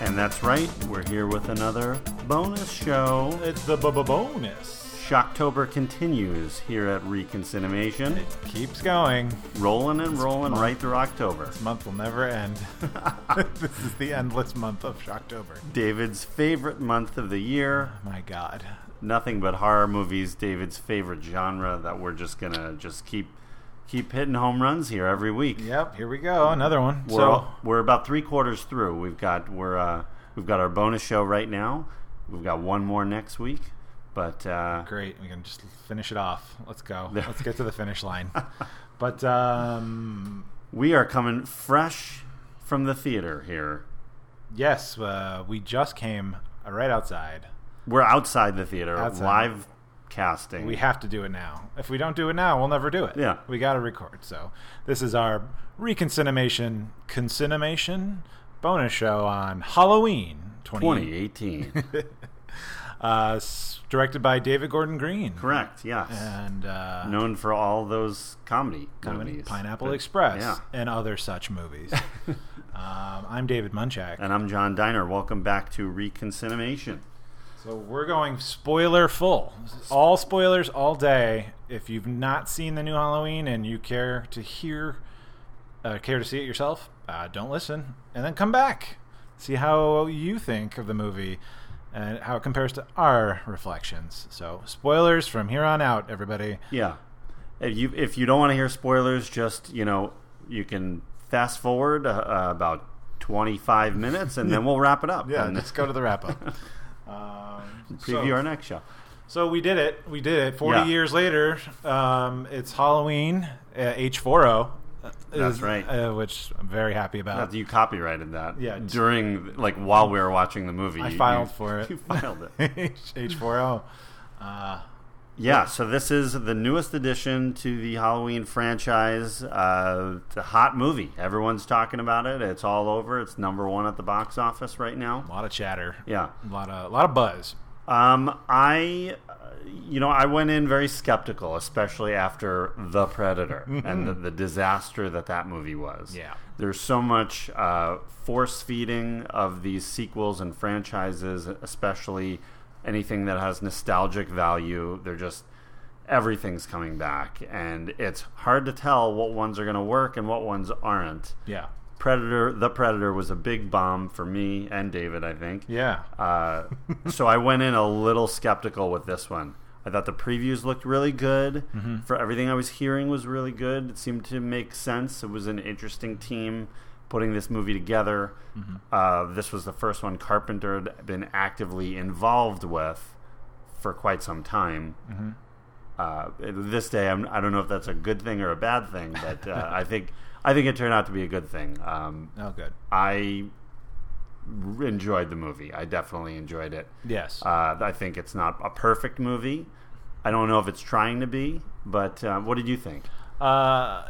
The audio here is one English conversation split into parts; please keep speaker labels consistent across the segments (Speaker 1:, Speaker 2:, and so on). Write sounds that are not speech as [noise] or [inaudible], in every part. Speaker 1: And that's right, we're here with another bonus show.
Speaker 2: It's the bonus.
Speaker 1: Shocktober continues here at Reconcinimation,
Speaker 2: It keeps going.
Speaker 1: rolling and rolling right through October.
Speaker 2: This month will never end. [laughs] this is the endless month of Shocktober.
Speaker 1: David's favorite month of the year.
Speaker 2: My God.
Speaker 1: Nothing but horror movies, David's favorite genre that we're just going to just keep keep hitting home runs here every week.
Speaker 2: Yep, here we go. Another one.
Speaker 1: We're,
Speaker 2: so,
Speaker 1: we're about 3 quarters through. We've got we're uh, we've got our bonus show right now. We've got one more next week, but uh,
Speaker 2: great. We can just finish it off. Let's go. Let's get to the finish line. but, um,
Speaker 1: We are coming fresh from the theater here.
Speaker 2: yes, uh, we just came right outside.
Speaker 1: We're outside the theater,
Speaker 2: Outside.
Speaker 1: live casting. [laughs]
Speaker 2: We have to do it now. If we don't do it now, we'll never do it.
Speaker 1: Yeah.
Speaker 2: We got to record. So this is our reconcinimation, concinimation bonus show on Halloween 20. [laughs]
Speaker 1: 2018.
Speaker 2: Uh, s- directed by David Gordon Green.
Speaker 1: Correct, yes.
Speaker 2: And uh,
Speaker 1: Known for all those comedy
Speaker 2: Pine-
Speaker 1: movies.
Speaker 2: Pineapple
Speaker 1: But-
Speaker 2: Express
Speaker 1: Yeah.
Speaker 2: and other
Speaker 1: [laughs]
Speaker 2: such movies. um, I'm David Munchak.
Speaker 1: And I'm John Diner. Welcome back to Reconcinimation.
Speaker 2: So we're going spoiler full. All spoilers all day. If you've not seen the new Halloween and you care to hear, uh, care to see it yourself, uh, don't listen and then come back. See how you think of the movie and how it compares to our reflections. So spoilers from here on out, everybody.
Speaker 1: Yeah. If you if you don't want to hear spoilers, just you know you can fast forward uh, uh, about 25 minutes, and
Speaker 2: [laughs]
Speaker 1: then we'll wrap it up. and
Speaker 2: let's go to the wrap up. [laughs] Um,
Speaker 1: preview
Speaker 2: so-
Speaker 1: our next show.
Speaker 2: So we did it. We did it. Forty
Speaker 1: Yeah.
Speaker 2: years later, um, it's Halloween. uh, H four O.
Speaker 1: That's right.
Speaker 2: Uh, which I'm very happy
Speaker 1: Yeah,
Speaker 2: about.
Speaker 1: you copyrighted that.
Speaker 2: Uh, Yeah.
Speaker 1: During, like, while we were watching the movie.
Speaker 2: I
Speaker 1: you- [laughs]
Speaker 2: filed
Speaker 1: you-
Speaker 2: for it.
Speaker 1: You filed it. [laughs]
Speaker 2: H four O. Uh,
Speaker 1: Yeah, so this is the newest addition to the Halloween franchise. Uh, it's a hot movie. Everyone's talking about it. It's all over. It's number one at the box office right
Speaker 2: a
Speaker 1: now.
Speaker 2: lot of chatter.
Speaker 1: Yeah.
Speaker 2: A lot of lot of buzz.
Speaker 1: Um, I, uh, you know, I went in very skeptical, especially after The Predator and the, the disaster that that movie was.
Speaker 2: Yeah.
Speaker 1: There's so much uh, force feeding of these sequels and franchises, especially anything that has nostalgic value. They're just, everything's coming back. And it's hard to tell what ones are going to work and what ones aren't.
Speaker 2: Yeah.
Speaker 1: Predator, The Predator was a big bomb for me and David, I think.
Speaker 2: Yeah.
Speaker 1: Uh, so I went in a little skeptical with this one. I thought the previews looked really good. For everything I was hearing was really good. It seemed to make sense. It was an interesting team putting this movie together. Uh, this was the first one Carpenter had been actively involved with for quite some time. Uh, this day, I'm, I don't know if that's a good thing or a bad thing, but uh, I think I think it turned out to be a good thing. Um,
Speaker 2: Oh, good.
Speaker 1: I r- enjoyed the movie. I definitely enjoyed it.
Speaker 2: Yes.
Speaker 1: Uh, I think it's not a perfect movie. I don't know if it's trying to be, but uh, what did you think?
Speaker 2: Uh,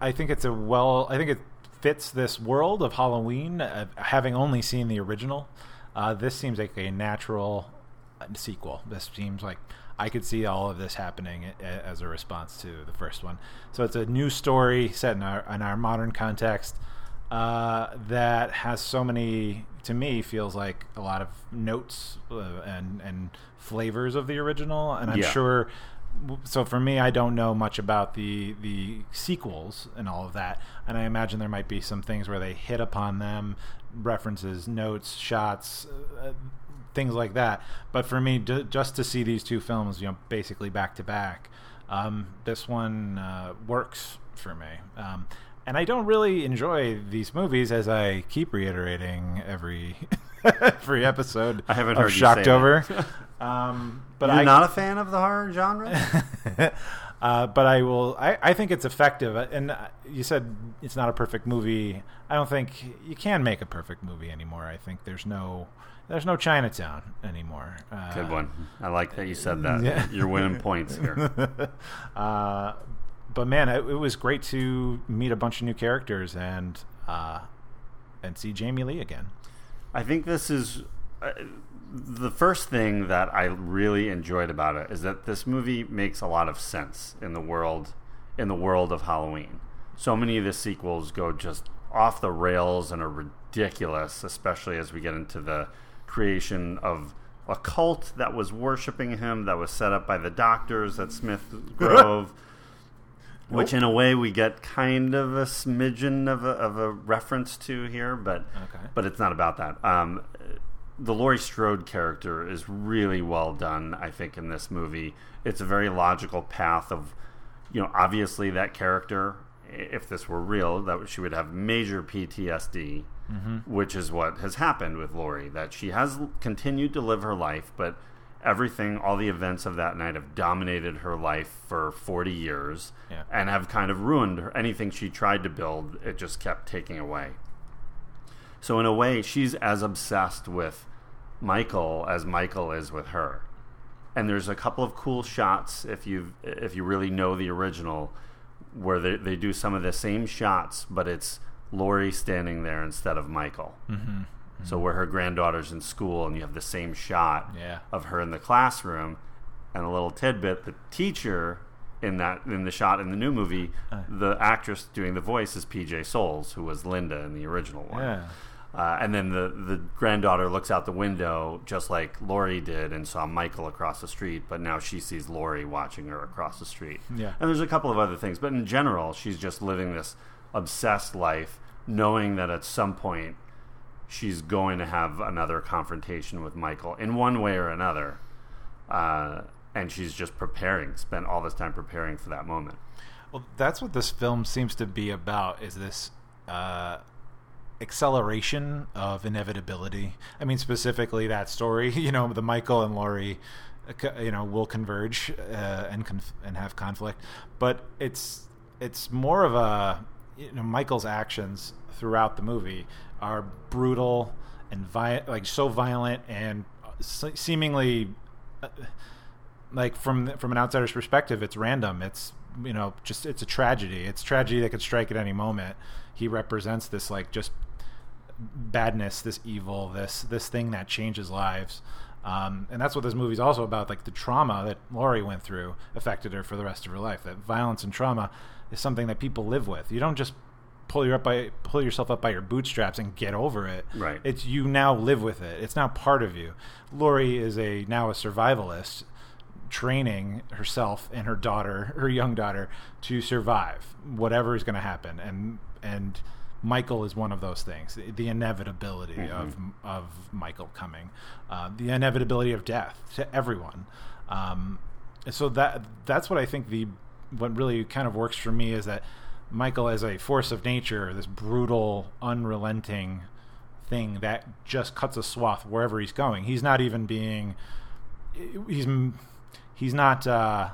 Speaker 2: I think it's a well. I think it fits this world of Halloween. Uh, having only seen the original, uh, this seems like a natural uh, sequel. This seems like I could see all of this happening a- a- as a response to the first one. So it's a new story set in our in our modern context uh, that has so many. To me, feels like a lot of notes uh, and and flavors of the original, and I'm
Speaker 1: Yeah.
Speaker 2: sure sure- so for me i don't know much about the the sequels and all of that and i imagine there might be some things where they hit upon them references notes shots uh, things like that but for me d- just to see these two films you know basically back to back um, this one uh, works for me um, and i don't really enjoy these movies as i keep reiterating every [laughs] every episode
Speaker 1: I haven't
Speaker 2: of
Speaker 1: heard you say that.
Speaker 2: shocked over
Speaker 1: [laughs]
Speaker 2: um, but
Speaker 1: You're
Speaker 2: i
Speaker 1: not a fan of the horror genre?
Speaker 2: uh, but I will. I, I think it's effective. And uh, you said it's not a perfect movie. I don't think you can make a perfect movie anymore. I think there's no there's no Chinatown anymore. Uh,
Speaker 1: Good one. I like that you said that.
Speaker 2: Yeah.
Speaker 1: You're winning points here.
Speaker 2: uh, but man, it, it was great to meet a bunch of new characters and uh, and see Jamie Lee again.
Speaker 1: I think this is uh, the first thing that I really enjoyed about it is that this movie makes a lot of sense in the world in the world of Halloween. So many of the sequels go just off the rails and are ridiculous, especially as we get into the creation of a cult that was worshiping him that was set up by the doctors at Smith Grove. Which, in a way, we get kind of a smidgen of a, of a reference to here, but
Speaker 2: Okay.
Speaker 1: but it's not about that. Um, the Laurie Strode character is really well done, I think, in this movie. It's a very logical path of, you know, obviously that character, i- if this were real, that she would have major PTSD, which is what has happened with Laurie. That she has l- continued to live her life, but everything, all the events of that night, have dominated her life for forty years,
Speaker 2: Yeah.
Speaker 1: and have kind of ruined her. Anything she tried to build, it just kept taking away. So in a way, she's as obsessed with Michael as Michael is with her. And there's a couple of cool shots if you if you really know the original, where they, they do some of the same shots, but it's Lori standing there instead of Michael.
Speaker 2: Mhm.
Speaker 1: So where her granddaughter's in school, and you have the same shot
Speaker 2: Yeah.
Speaker 1: of her in the classroom, and a little tidbit: the teacher in that in the shot in the new movie,
Speaker 2: Uh.
Speaker 1: the actress doing the voice is PJ Souls, who was Linda in the original one.
Speaker 2: Yeah.
Speaker 1: Uh, and then the, the granddaughter looks out the window just like Lori did and saw Michael across the street, but now she sees Lori watching her across the street.
Speaker 2: Yeah.
Speaker 1: And there's a couple of other things, but in general, she's just living this obsessed life, knowing that at some point she's going to have another confrontation with Michael in one way or another. Uh, and she's just preparing, spent all this time preparing for that moment.
Speaker 2: Well, that's what this film seems to be about is this uh, acceleration of inevitability. I mean, specifically that story, [laughs] you know, the Michael and Laurie, uh, co- you know, will converge uh, and conf- and have conflict, but it's it's more of a you know Michael's actions throughout the movie are brutal and vi- like so violent and uh, se- seemingly uh, like from from an outsider's perspective, it's random. It's you know just it's a tragedy. It's tragedy that could strike at any moment. He represents this like just badness, this evil, this this thing that changes lives. Um, and that's what this movie's also about. Like the trauma that Laurie went through affected her for the rest of her life. That violence and trauma is something that people live with. You don't just pull your up by pull yourself up by your bootstraps and get over it.
Speaker 1: Right.
Speaker 2: It's you now live with it. It's now part of you. Laurie is a now a survivalist training herself and her daughter, her young daughter, to survive whatever is going to happen. And and Michael is one of those things. The, the inevitability of of Michael coming, uh, the inevitability of death to everyone. Um, and so that that's what I think the what really kind of works for me is that Michael as a force of nature, this brutal, unrelenting thing that just cuts a swath wherever he's going. He's not even being he's he's not uh,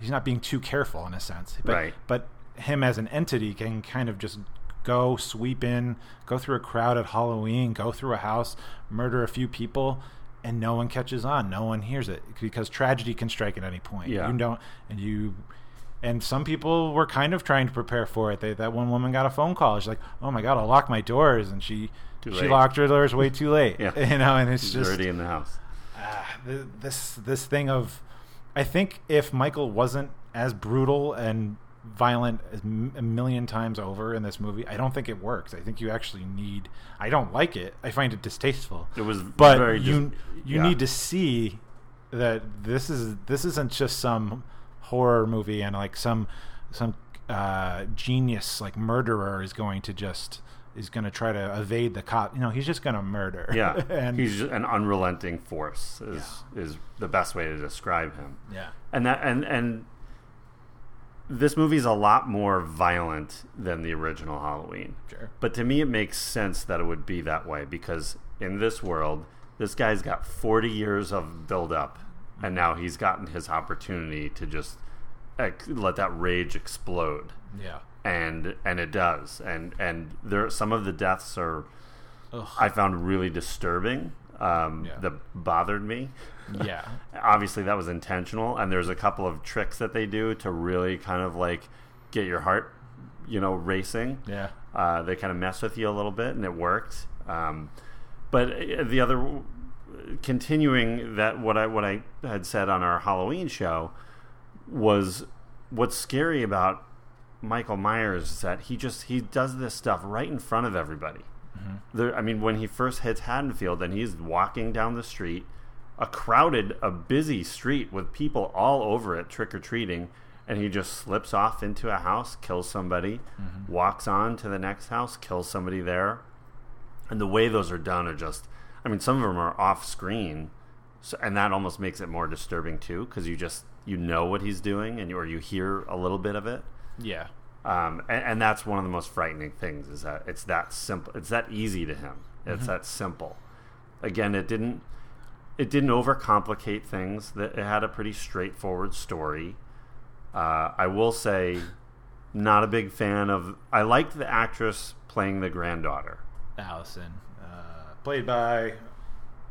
Speaker 2: he's not being too careful in a sense. But,
Speaker 1: Right.
Speaker 2: But him as an entity can kind of just go sweep in, go through a crowd at Halloween, go through a house, murder a few people, and no one catches on. No one hears it because tragedy can strike at any point.
Speaker 1: Yeah.
Speaker 2: You don't and you. And some people were kind of trying to prepare for it. They, that one woman got a phone call. She's like, "Oh my god, I'll lock my doors," and she
Speaker 1: Too
Speaker 2: she
Speaker 1: late.
Speaker 2: locked her doors way too late.
Speaker 1: Yeah.
Speaker 2: [laughs] You know, and it's
Speaker 1: She's
Speaker 2: just
Speaker 1: already in the house.
Speaker 2: ah, th- this this thing of I think if Michael wasn't as brutal and violent as m- a million times over in this movie, I don't think it works. I think you actually need I don't like it. I find it distasteful.
Speaker 1: It was
Speaker 2: but
Speaker 1: very dis-
Speaker 2: you you
Speaker 1: yeah.
Speaker 2: need to see that this is this isn't just some horror movie and like some some uh, genius like murderer is going to just is going to try to evade the cop. You know, he's just going to murder.
Speaker 1: Yeah,
Speaker 2: [laughs] and
Speaker 1: he's just an unrelenting force. Is is the best way to describe him.
Speaker 2: yeah.
Speaker 1: And that and and this movie's a lot more violent than the original Halloween.
Speaker 2: Sure.
Speaker 1: But to me, it makes sense that it would be that way because in this world, this guy's got 40 years of buildup, and now he's gotten his opportunity to just ex- let that rage explode,
Speaker 2: Yeah.
Speaker 1: and and it does. And and there, some of the deaths are
Speaker 2: Ugh.
Speaker 1: I found really disturbing. Um,
Speaker 2: Yeah.
Speaker 1: That bothered me.
Speaker 2: yeah.
Speaker 1: Obviously, that was intentional, and there's a couple of tricks that they do to really kind of like get your heart, you know, racing.
Speaker 2: Yeah.
Speaker 1: Uh, they kind of mess with you a little bit, and it worked. Um, but uh, the other, continuing that what I what I had said on our Halloween show was what's scary about Michael Myers is that he just he does this stuff right in front of everybody. There, I mean, when he first hits Haddonfield and he's walking down the street, a crowded, a busy street with people all over it trick or treating, and he just slips off into a house, kills somebody, walks on to the next house, kills somebody there, and the way those are done are just i mean some of them are off screen so, and that almost makes it more disturbing too because you just you know what he's doing and you, or you hear a little bit of it
Speaker 2: Yeah.
Speaker 1: um, and, and that's one of the most frightening things is that it's that simple it's that easy to him it's that simple again it didn't it didn't overcomplicate things that it had a pretty straightforward story uh, i will say not a big fan of i liked the actress playing the granddaughter
Speaker 2: Allison, uh, played by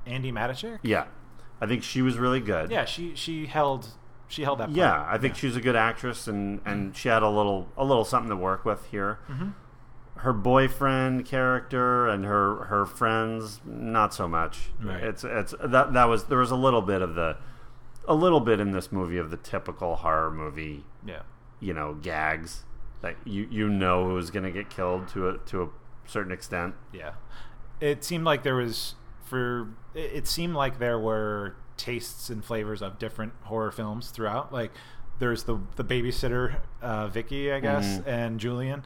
Speaker 2: Andy Matichek.
Speaker 1: Yeah, I think she was really good.
Speaker 2: Yeah, she she held she held that.
Speaker 1: yeah, I think she was a good actress, and
Speaker 2: Mm-hmm.
Speaker 1: and she had a little a little something to work with here. Her boyfriend character and her her friends, not so much.
Speaker 2: Right.
Speaker 1: It's it's that that was there was a little bit of the a little bit in this movie of the typical horror movie,
Speaker 2: Yeah.
Speaker 1: you know, gags that you you know who's going to get killed to a to a certain extent.
Speaker 2: Yeah. It seemed like there was for it it seemed like there were tastes and flavors of different horror films throughout. Like there's the the babysitter uh Vicky, I guess, and Julian.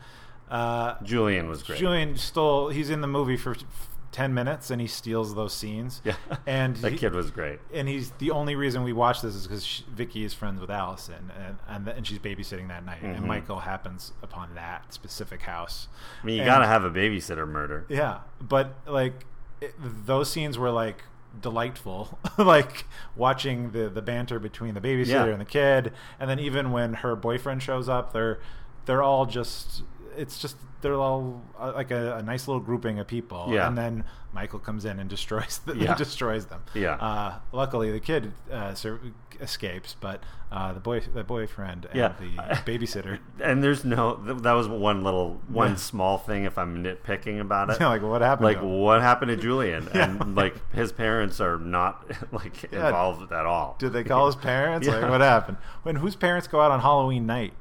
Speaker 2: Uh
Speaker 1: Julian was Mm-hmm. great.
Speaker 2: Julian stole he's in the movie for f- 10 minutes and he steals those scenes.
Speaker 1: yeah,
Speaker 2: And
Speaker 1: [laughs] that
Speaker 2: he-
Speaker 1: kid was great.
Speaker 2: and he's the only reason we watch this is because Vicky is friends with Allison, and and, and she's babysitting that night, and Michael happens upon that specific house.
Speaker 1: Mm-hmm. I mean, you
Speaker 2: And-
Speaker 1: got to have a babysitter murder.
Speaker 2: yeah, but like it, those scenes were like delightful, [laughs] like watching the the banter between the
Speaker 1: Yeah.
Speaker 2: babysitter and the kid, and then even when her boyfriend shows up, they're they're all just it's just they're all uh, like a, a nice little grouping of people,
Speaker 1: Yeah.
Speaker 2: and then Michael comes in and destroys the, [laughs]
Speaker 1: Yeah.
Speaker 2: destroys them.
Speaker 1: Yeah.
Speaker 2: Uh, luckily, the kid uh, sur- escapes, but uh, the boy the boyfriend and
Speaker 1: Yeah.
Speaker 2: the babysitter. [laughs]
Speaker 1: and there's no th- that was one little one small thing if i'm nitpicking about it
Speaker 2: like what happened?
Speaker 1: like
Speaker 2: to him?
Speaker 1: what happened to julian
Speaker 2: [laughs] Yeah,
Speaker 1: and like his parents are not [laughs] like
Speaker 2: Yeah.
Speaker 1: involved at all
Speaker 2: Did they call his parents?
Speaker 1: Yeah.
Speaker 2: Like, what happened? When whose parents go out on Halloween night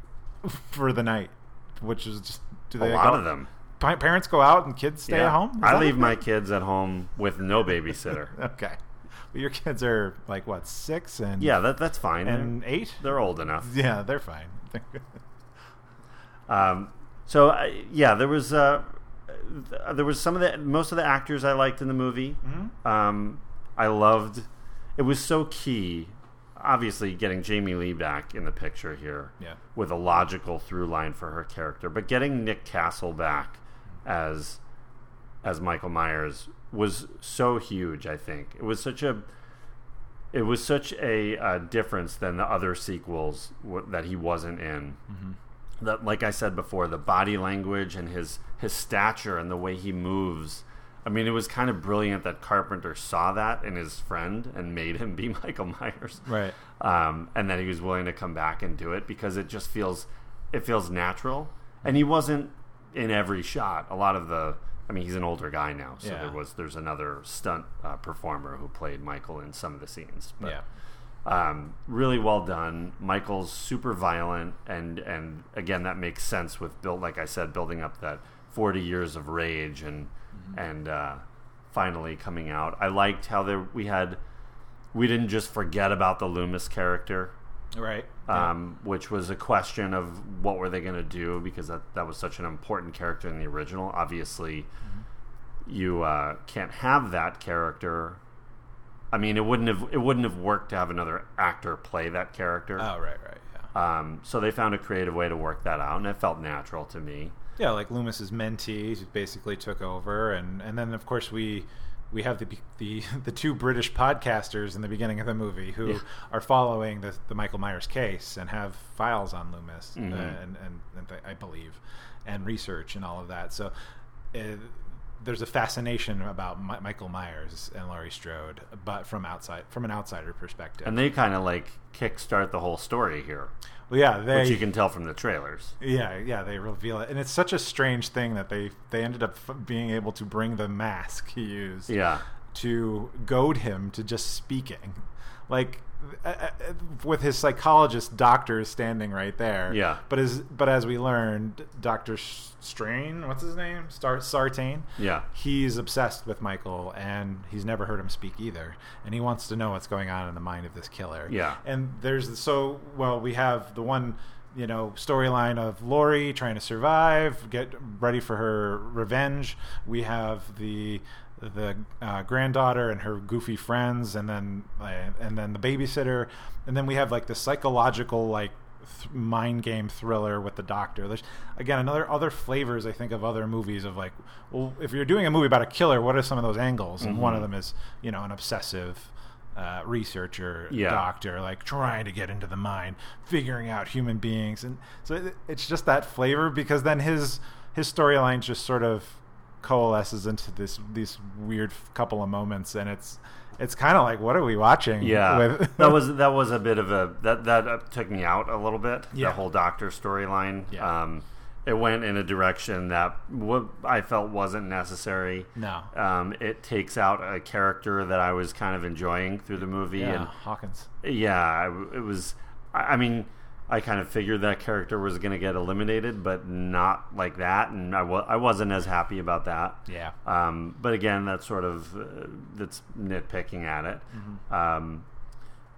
Speaker 2: for the night? Which is just do
Speaker 1: [laughs] a
Speaker 2: they
Speaker 1: lot
Speaker 2: go-
Speaker 1: of them
Speaker 2: Pa- Parents go out and kids stay
Speaker 1: Yeah.
Speaker 2: at home. Is
Speaker 1: i
Speaker 2: that
Speaker 1: leave
Speaker 2: it?
Speaker 1: my kids at home with no
Speaker 2: [laughs]
Speaker 1: babysitter
Speaker 2: okay. But your kids are like what six and
Speaker 1: yeah that, that's fine
Speaker 2: and
Speaker 1: they're,
Speaker 2: 8
Speaker 1: they're old enough
Speaker 2: yeah, they're fine.
Speaker 1: Um, so uh, yeah, there was uh, th- there was some of the most of the actors I liked in the movie. Um, I loved. It was so key. Obviously, getting Jamie Lee back in the picture here
Speaker 2: Yeah.
Speaker 1: with a logical through line for her character, but getting Nick Castle back as as Michael Myers was so huge. I think it was such a it was such a uh, difference than the other sequels w- that he wasn't in. That, like I said before, the body language and his his stature and the way he moves. I mean, it was kind of brilliant that Carpenter saw that in his friend and made him be [laughs] Michael Myers
Speaker 2: right.
Speaker 1: um, and that he was willing to come back and do it because it just feels it feels natural and he wasn't in every shot a lot of the i mean he's an older guy now so
Speaker 2: Yeah.
Speaker 1: there was there's another stunt uh, performer who played michael in some of the scenes but
Speaker 2: yeah.
Speaker 1: um, really well done michael's super violent and and again that makes sense with built like i said building up that 40 years of rage and and uh, finally coming out i liked how there we had we didn't just forget about the loomis character
Speaker 2: Right.
Speaker 1: um, which was a question of what were they going to do because that, that was such an important character in the original. Obviously, you uh, can't have that character. I mean, it wouldn't have it wouldn't have worked to have another actor play that character.
Speaker 2: oh, right, right. Yeah.
Speaker 1: Um, so they found a creative way to work that out, and it felt natural to me.
Speaker 2: Yeah, like Loomis's mentee basically took over, and, and then of course we we have the the [laughs] the two British podcasters in the beginning of the movie who
Speaker 1: Yeah.
Speaker 2: are following the, the Michael Myers case and have files on Loomis,
Speaker 1: Mm-hmm.
Speaker 2: uh, and and, and th- I believe, and research and all of that. So. Uh, there's a fascination about Mi- Michael Myers and Laurie Strode, but from outside, from an outsider perspective.
Speaker 1: And they kind of like kickstart the whole story here,
Speaker 2: well, yeah, they
Speaker 1: which you can tell from the trailers.
Speaker 2: yeah, yeah, they reveal it, and it's such a strange thing that they they ended up f- being able to bring the mask he used
Speaker 1: Yeah,
Speaker 2: to goad him to just speaking. Like uh, uh, with his psychologist doctor standing right there.
Speaker 1: Yeah.
Speaker 2: But as but as we learned, Doctor Strain, what's his name, Star Sartain.
Speaker 1: Yeah.
Speaker 2: He's obsessed with Michael, and he's never heard him speak either, and he wants to know what's going on in the mind of this killer.
Speaker 1: Yeah.
Speaker 2: And there's so well we have the one you know storyline of Lori trying to survive, get ready for her revenge. We have the the uh, granddaughter and her goofy friends, and then uh, and then the babysitter, and then we have like the psychological like th- mind game thriller with the doctor. There's again another other flavors I think of other movies of like, well, if you're doing a movie about a killer, what are some of those angles? And one of them is you know an obsessive. Uh, researcher
Speaker 1: Yeah.
Speaker 2: doctor like trying to get into the mind figuring out human beings and so it, it's just that flavor because then his his storyline just sort of coalesces into this these weird f- couple of moments and it's it's kind of like what are we watching
Speaker 1: Yeah, [laughs]
Speaker 2: with- [laughs]
Speaker 1: that was that was a bit of a that that uh, took me out a little bit.
Speaker 2: Yeah.
Speaker 1: The whole doctor storyline.
Speaker 2: Yeah.
Speaker 1: Um, it went in a direction that what I felt wasn't necessary.
Speaker 2: no
Speaker 1: Um, it takes out a character that I was kind of enjoying through the movie,
Speaker 2: yeah hawkins
Speaker 1: and yeah, I w- it was. I I mean, I kind of figured that character was going to get eliminated, but not like that, and I wa- I wasn't as happy about that.
Speaker 2: yeah
Speaker 1: Um, but again, that's sort of uh, that's nitpicking at it.
Speaker 2: Mm-hmm.
Speaker 1: Um,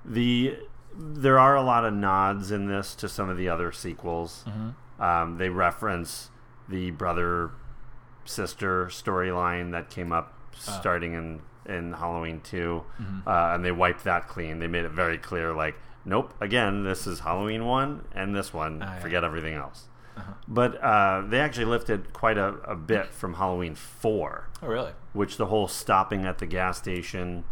Speaker 1: the there are a lot of nods in this to some of the other sequels.
Speaker 2: Mm-hmm.
Speaker 1: Um, they reference the brother sister storyline that came up
Speaker 2: Ah.
Speaker 1: starting in in Halloween 2
Speaker 2: Mm-hmm.
Speaker 1: uh, and they wiped that clean. They made it very clear, like, nope, again, this is Halloween one and this one.
Speaker 2: Ah, yeah. Uh-huh.
Speaker 1: Forget everything else. But uh, they actually lifted quite a, a bit from Halloween 4,
Speaker 2: oh really
Speaker 1: which the whole stopping at the gas station,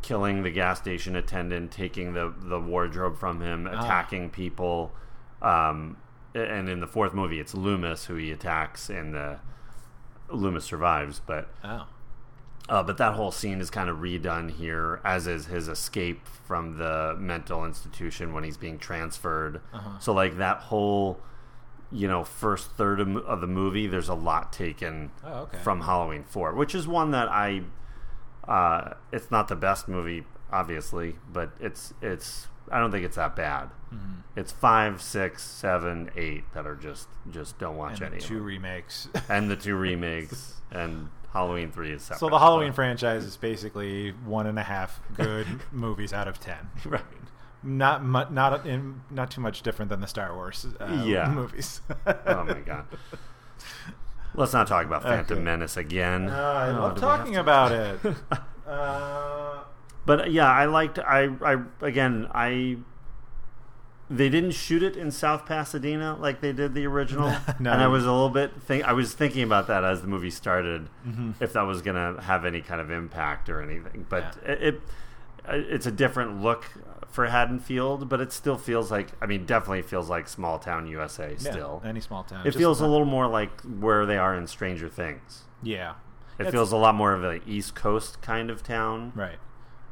Speaker 1: killing the gas station attendant, taking the, the wardrobe from him, attacking people. Um, a- and in the fourth movie, it's Loomis who he attacks, and the, Loomis survives. But
Speaker 2: oh
Speaker 1: uh, but that whole scene is kind of redone here, as is his escape from the mental institution when he's being transferred. So, like that whole, you know, first third of, mo- of the movie, there's a lot taken
Speaker 2: oh okay
Speaker 1: from Halloween Four, which is one that I. Uh, it's not the best movie, obviously, but it's it's. I don't think it's that bad.
Speaker 2: Mm-hmm.
Speaker 1: It's five, six, seven, eight that are just just don't watch
Speaker 2: and
Speaker 1: any.
Speaker 2: the
Speaker 1: of
Speaker 2: two
Speaker 1: them.
Speaker 2: remakes [laughs]
Speaker 1: And the two remakes and Halloween three is separate.
Speaker 2: so the halloween franchise is basically one and a half
Speaker 1: [laughs]
Speaker 2: good movies out of ten [laughs]
Speaker 1: right?
Speaker 2: not mu- not in, not too much different than the star wars uh,
Speaker 1: Yeah.
Speaker 2: movies [laughs] Uh,
Speaker 1: Oh my god. Let's not talk about Phantom
Speaker 2: Okay.
Speaker 1: Menace again.
Speaker 2: Uh, I
Speaker 1: Oh,
Speaker 2: love
Speaker 1: do we have
Speaker 2: talking
Speaker 1: to? [laughs]
Speaker 2: about it. uh,
Speaker 1: But yeah, I liked. I, I again, I. They didn't shoot it in South Pasadena like they did the original,
Speaker 2: [laughs] No.
Speaker 1: and I was a little bit. Think, I was thinking about that as the movie started,
Speaker 2: Mm-hmm.
Speaker 1: if that was gonna have any kind of impact or anything. But it, it, uh, it's a different look for Haddonfield, but it still feels like. I mean, definitely feels like small town USA
Speaker 2: yeah,
Speaker 1: still.
Speaker 2: any small town.
Speaker 1: it
Speaker 2: Just
Speaker 1: feels a
Speaker 2: not-
Speaker 1: little more like where they are in Stranger Things.
Speaker 2: Yeah,
Speaker 1: It
Speaker 2: It's-
Speaker 1: feels a lot more of an East Coast kind of town.
Speaker 2: right.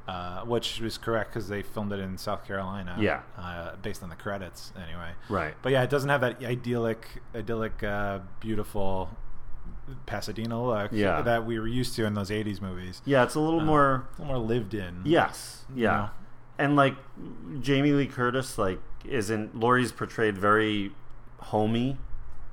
Speaker 2: Uh, which was correct because they filmed it in South Carolina.
Speaker 1: Yeah.
Speaker 2: uh, based on the credits anyway.
Speaker 1: Right.
Speaker 2: But yeah, it doesn't have that idyllic, idyllic, uh, beautiful Pasadena look
Speaker 1: Yeah.
Speaker 2: that we were used to in those '80s movies.
Speaker 1: Yeah, it's a little
Speaker 2: Uh,
Speaker 1: more.
Speaker 2: a little more lived in.
Speaker 1: Yes. Yeah.
Speaker 2: Yeah.
Speaker 1: And like Jamie Lee Curtis, like isn't Laurie's portrayed very homey,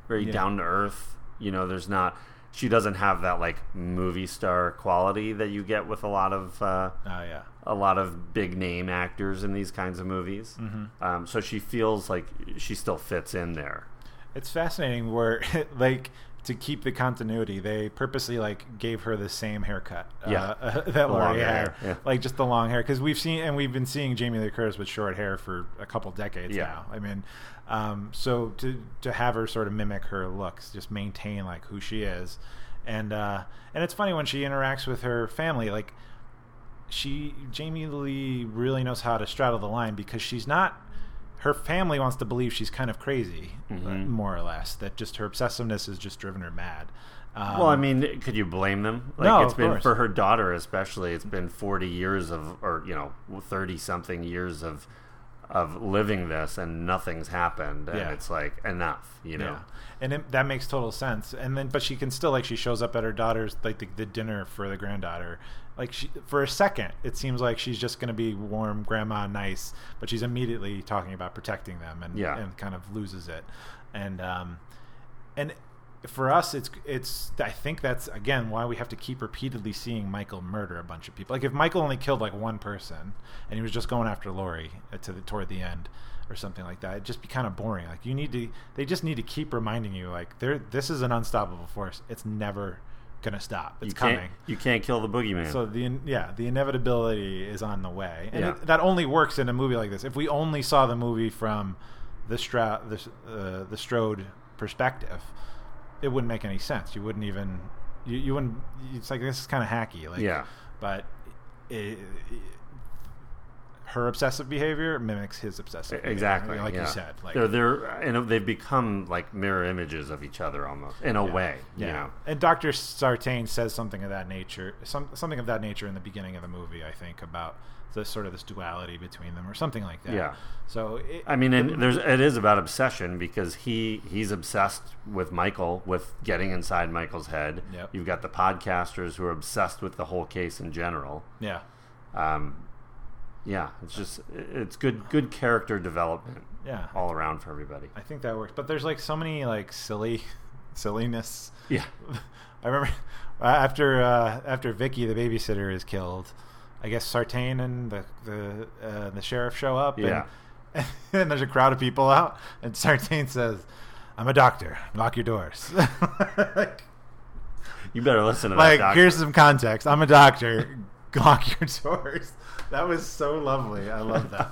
Speaker 1: very
Speaker 2: Yeah.
Speaker 1: down to earth. You know, there's not. She doesn't have that like movie star quality that you get with a lot of uh,
Speaker 2: Oh yeah.
Speaker 1: a lot of big name actors in these kinds of movies. Um, so she feels like she still fits in there.
Speaker 2: It's fascinating where [laughs] like to keep the continuity, they purposely like gave her the same haircut.
Speaker 1: Yeah.
Speaker 2: uh, [laughs] that
Speaker 1: longer
Speaker 2: Laurie
Speaker 1: hair,
Speaker 2: hair,
Speaker 1: yeah.
Speaker 2: like just the long hair, because we've seen and we've been seeing Jamie Lee Curtis with short hair for a couple decades
Speaker 1: Yeah.
Speaker 2: now. I mean, um, so to to have her sort of mimic her looks, just maintain like who she is, and uh, and it's funny when she interacts with her family, like she Jamie Lee really knows how to straddle the line because she's not her family wants to believe she's kind of crazy,
Speaker 1: Mhm.
Speaker 2: more or less. That just her obsessiveness has just driven her mad. Um,
Speaker 1: Well, I mean, could you blame them? Like
Speaker 2: No,
Speaker 1: it's
Speaker 2: of
Speaker 1: been
Speaker 2: course.
Speaker 1: for her daughter especially, it's been 40 years of or you know, 30 something years of of living this and nothing's happened and
Speaker 2: Yeah.
Speaker 1: it's like enough you know
Speaker 2: Yeah. And it, that makes total sense. And then, but she can still like she shows up at her daughter's like the, the dinner for the granddaughter. Like she, for a second, it seems like she's just going to be warm, grandma, nice, but she's immediately talking about protecting them and
Speaker 1: Yeah.
Speaker 2: and kind of loses it. And um, and for us, it's it's I think that's again why we have to keep repeatedly seeing Michael murder a bunch of people. Like if Michael only killed like one person and he was just going after Lori uh, to the toward the end or something like that, it'd just be kind of boring. Like you need to, they just need to keep reminding you like there, this is an unstoppable force. It's never gonna stop. It's
Speaker 1: you can't
Speaker 2: coming.
Speaker 1: you can't kill the boogeyman
Speaker 2: So the in- yeah, the inevitability is on the way, and
Speaker 1: Yeah.
Speaker 2: it, that only works in a movie like this. If we only saw the movie from the Stra- the, s- uh, the Strode perspective, it wouldn't make any sense. You wouldn't even you, you wouldn't. It's like this is kind of hacky, like
Speaker 1: Yeah.
Speaker 2: But i i her obsessive behavior mimics his obsessive, behavior,
Speaker 1: E, exactly
Speaker 2: like
Speaker 1: yeah.
Speaker 2: you said, like
Speaker 1: they're they're and they've become like mirror images of each other almost in a way
Speaker 2: Yeah.
Speaker 1: you know
Speaker 2: And Dr. Sartain says something of that nature, some, something of that nature in the beginning of the movie, I think, about the sort of this duality between them or something like that.
Speaker 1: Yeah.
Speaker 2: So it,
Speaker 1: I mean, and there's it is about obsession because he he's obsessed with Michael, with getting inside Michael's head.
Speaker 2: Yep.
Speaker 1: You've got the podcasters who are obsessed with the whole case in general.
Speaker 2: yeah.
Speaker 1: Um, yeah, it's just it's good good character development
Speaker 2: Yeah.
Speaker 1: all around for everybody.
Speaker 2: I think that works. But there's like so many like silly [laughs] silliness. [laughs]
Speaker 1: Yeah,
Speaker 2: I remember [laughs] uh, after uh, after Vicky the babysitter is killed, I guess Sartain and the the uh, the sheriff show up.
Speaker 1: Yeah.
Speaker 2: And, [laughs] and there's a crowd of people out, and Sartain says, "I'm a doctor. Lock your doors." [laughs] like,
Speaker 1: you better listen to that. doctor.
Speaker 2: here's some context. I'm a doctor. [laughs] Lock your doors. That was so lovely. I
Speaker 1: [laughs]
Speaker 2: love that.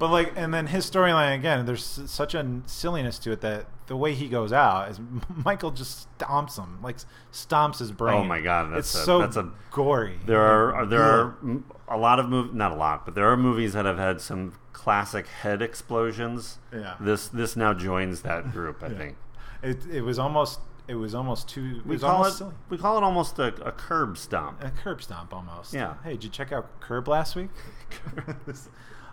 Speaker 2: but like, and then his storyline again. There's s- such a silliness to it that the way he goes out is [laughs] Michael just stomps him, like stomps his brain.
Speaker 1: Oh my God, that's
Speaker 2: it's
Speaker 1: a-
Speaker 2: so
Speaker 1: that's a-
Speaker 2: gory.
Speaker 1: There are there are m- a lot of mov not a lot, but there are movies that have had some classic head explosions.
Speaker 2: Yeah.
Speaker 1: This this now joins that group, I think.
Speaker 2: It, it was almost. It was almost too. It
Speaker 1: We
Speaker 2: was
Speaker 1: call
Speaker 2: almost
Speaker 1: it
Speaker 2: silly.
Speaker 1: we call it almost a, a curb stomp.
Speaker 2: a curb stomp almost.
Speaker 1: Yeah.
Speaker 2: Hey, did you check out Curb last week? [laughs]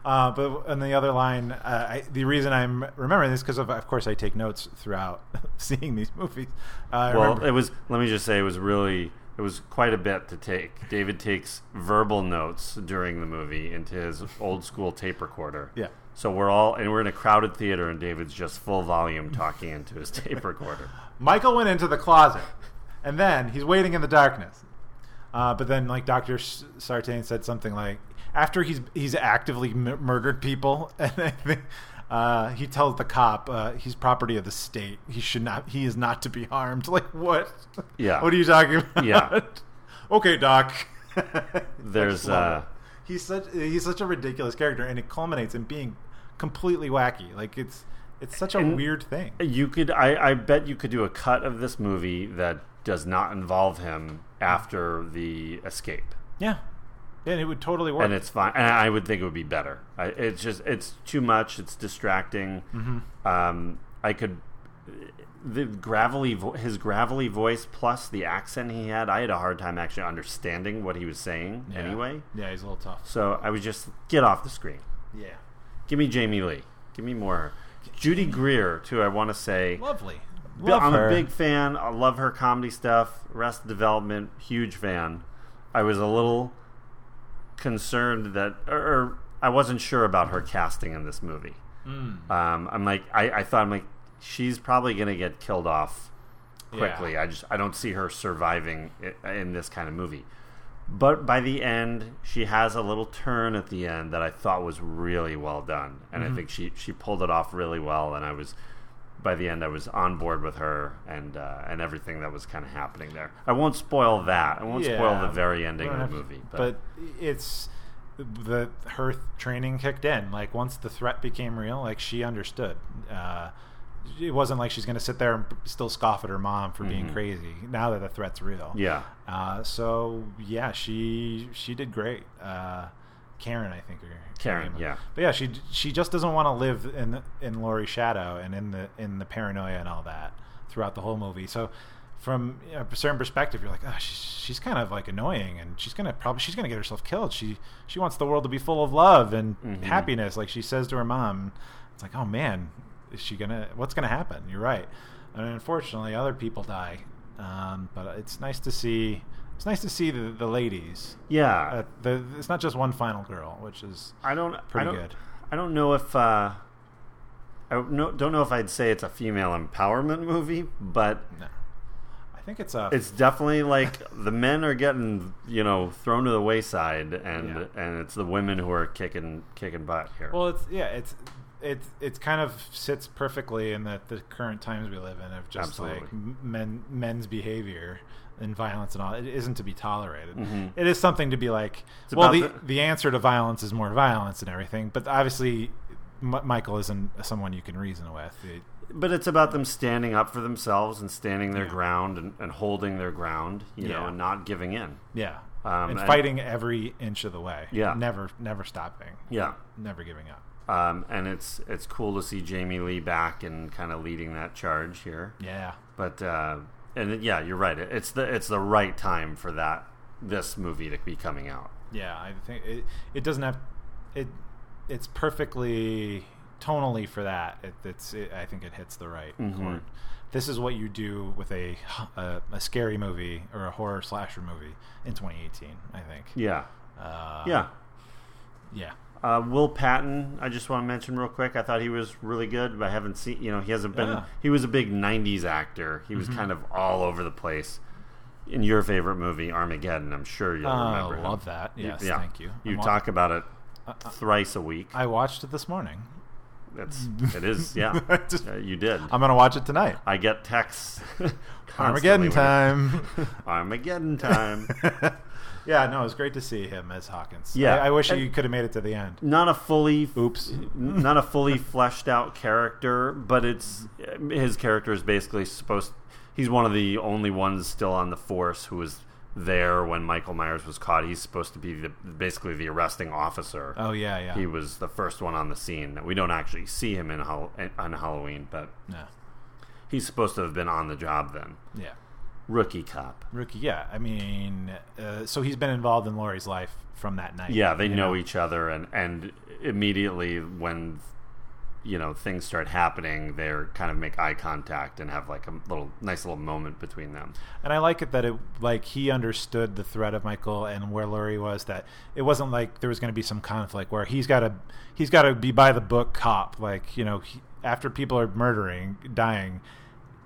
Speaker 2: uh, but and the other line, uh, I, the reason I'm remembering this because of, of course I take notes throughout [laughs] seeing these movies. Uh, I
Speaker 1: well,
Speaker 2: remember-
Speaker 1: it was. Let me just say, it was really. It was quite a bit to take. David takes verbal notes during the movie into his old school tape recorder.
Speaker 2: Yeah.
Speaker 1: So we're all, and we're in a crowded theater, and David's just full volume talking into his
Speaker 2: [laughs]
Speaker 1: tape recorder.
Speaker 2: Michael went into the closet, and then he's waiting in the darkness. Uh, but then, like Doctor Sartain said something like, after he's he's actively m- murdered people, [laughs] and I think uh, he tells the cop uh, he's property of the state. He should not. He is not to be harmed. [laughs] Like what?
Speaker 1: Yeah.
Speaker 2: What are you talking about?
Speaker 1: Yeah.
Speaker 2: [laughs] okay, Doc.
Speaker 1: [laughs] There's,
Speaker 2: I love
Speaker 1: uh,
Speaker 2: it. he's such he's such a ridiculous character, and it culminates in being completely wacky. Like it's it's such a
Speaker 1: And-
Speaker 2: weird thing.
Speaker 1: You could, I, I bet you could do a cut of this movie that does not involve him after the escape,
Speaker 2: Yeah. And it would totally work.
Speaker 1: and it's fine. And I would think it would be better. I, it's just, it's too much. It's distracting. Um, I could the gravelly vo- his gravelly voice plus the accent he had. I had a hard time actually understanding what he was saying
Speaker 2: Yeah.
Speaker 1: anyway.
Speaker 2: Yeah, he's a little tough.
Speaker 1: So I was just get off the screen.
Speaker 2: Yeah.
Speaker 1: Give me Jamie Lee. Give me more. Judy Greer too. I want to say
Speaker 2: Lovely.
Speaker 1: Bi- I'm a big fan. I love her comedy stuff. Rest Development, huge fan. I was a little concerned that, or, or I wasn't sure about her casting in this movie. Um, I'm like, I, I thought I'm like, she's probably gonna get killed off quickly. I just, I don't see her surviving i in this kind of movie. But by the end, she has a little turn at the end that I thought was really well done, and
Speaker 2: Mm-hmm.
Speaker 1: I think she she pulled it off really well. And I was by the end, I was on board with her and uh, and everything that was kind of happening there. I won't spoil that. I won't spoil the very ending of the movie. But,
Speaker 2: But, it's the her th- training kicked in. Like once the threat became real, like she understood. Uh, it wasn't like she's going to sit there and p- still scoff at her mom for being crazy. Now that the threat's real,
Speaker 1: Mm-hmm. yeah,
Speaker 2: Uh, so yeah, she she did great. Uh, Karen, I think. Her, her
Speaker 1: Karen,
Speaker 2: name is.
Speaker 1: yeah.
Speaker 2: But yeah, she she just doesn't want to live in in Laurie's shadow and in the in the paranoia and all that throughout the whole movie. So from a certain perspective, you're like, oh, she's, she's kind of like annoying, and she's gonna probably she's gonna get herself killed. She she wants the world to be full of love and
Speaker 1: Mhm.
Speaker 2: happiness, like she says to her mom. It's like, oh man, is she gonna? What's gonna happen? You're right. And unfortunately, other people die. Um, but it's nice to see. It's nice to see the, the ladies.
Speaker 1: Yeah.
Speaker 2: Uh, the, it's not just one final girl, which is
Speaker 1: I don't.
Speaker 2: Pretty
Speaker 1: I don't,
Speaker 2: good.
Speaker 1: I don't know if. Uh, I don't know, don't know if I'd say it's a female empowerment movie, but
Speaker 2: no. I think it's uh, a
Speaker 1: it's definitely like the men are getting you know thrown to the wayside, and
Speaker 2: Yeah.
Speaker 1: and it's the women who are kicking kicking butt here.
Speaker 2: Well, it's yeah, it's it's it's kind of sits perfectly in that the current times we live in of just like
Speaker 1: Absolutely.
Speaker 2: m- men men's behavior and violence and all it isn't to be tolerated.
Speaker 1: Mhm.
Speaker 2: It is something to be like. well, the,
Speaker 1: about
Speaker 2: the
Speaker 1: the-
Speaker 2: answer to violence is more violence and everything, but obviously. M- Michael isn't someone you can reason with. It-
Speaker 1: but it's about them standing up for themselves and standing their
Speaker 2: Yeah.
Speaker 1: ground and, and holding their ground, you
Speaker 2: Yeah.
Speaker 1: know, and not giving in.
Speaker 2: yeah,
Speaker 1: Um,
Speaker 2: and
Speaker 1: and-
Speaker 2: fighting every inch of the way.
Speaker 1: Yeah.
Speaker 2: never, never stopping,
Speaker 1: Yeah.
Speaker 2: never giving up.
Speaker 1: Um, and it's it's cool to see Jamie Lee back and kind of leading that charge here.
Speaker 2: Yeah,
Speaker 1: But uh, and it- yeah, you're right. It- It's the it's the right time for that this movie to be coming out.
Speaker 2: Yeah, I think it, it doesn't have it. It's perfectly tonally for that. It, it's it, I think it hits the right
Speaker 1: Mm-hmm.
Speaker 2: chord. This is what you do with a, a a scary movie or a horror slasher movie in 2018. I think.
Speaker 1: Yeah,
Speaker 2: Uh,
Speaker 1: yeah.
Speaker 2: Yeah.
Speaker 1: Uh, Will Patton, I just want to mention real quick. I thought he was really good, but I haven't seen. You know, he hasn't been.
Speaker 2: Yeah. Mm-hmm.
Speaker 1: He was a big '90s actor. He was kind of all over the place. In your favorite movie, Armageddon, I'm sure you'll
Speaker 2: Oh, I
Speaker 1: remember. him.
Speaker 2: love that. Yes,
Speaker 1: yeah.
Speaker 2: thank you.
Speaker 1: You
Speaker 2: I'm wa-
Speaker 1: talk about it thrice a week.
Speaker 2: I watched it this morning. [laughs]
Speaker 1: It's it is yeah.
Speaker 2: I just-
Speaker 1: Yeah, you did.
Speaker 2: I'm gonna watch it tonight.
Speaker 1: I get texts.
Speaker 2: [laughs] Armageddon
Speaker 1: constantly when-
Speaker 2: time.
Speaker 1: [laughs]
Speaker 2: [laughs]
Speaker 1: Armageddon time.
Speaker 2: yeah, no, it was great to see him as Hawkins.
Speaker 1: Yeah.
Speaker 2: I, I wish
Speaker 1: And-
Speaker 2: he could have made it to the end.
Speaker 1: not a
Speaker 2: [laughs]
Speaker 1: fully
Speaker 2: Oops.
Speaker 1: not a fully fleshed out character, but it's his character is basically supposed. He's one of the only ones still on the force who was there when Michael Myers was caught. He's supposed to be the, basically the arresting officer.
Speaker 2: Oh yeah, yeah.
Speaker 1: He was the first one on the scene. We don't actually see him in Hall- on Halloween, but
Speaker 2: no.
Speaker 1: he's supposed to have been on the job then.
Speaker 2: Yeah.
Speaker 1: Rookie cop.
Speaker 2: Rookie, yeah. I mean, uh, so he's been involved in Laurie's life from that night.
Speaker 1: Yeah, they
Speaker 2: you
Speaker 1: know each other, and and immediately when you know things start happening, they're kind of make eye contact and have like a little nice little moment between them.
Speaker 2: And I like it that it like he understood the threat of Michael and where Laurie was. That it wasn't like there was going to be some conflict where he's got to he's got to be by the book cop. Like you know, he, after people are murdering, dying,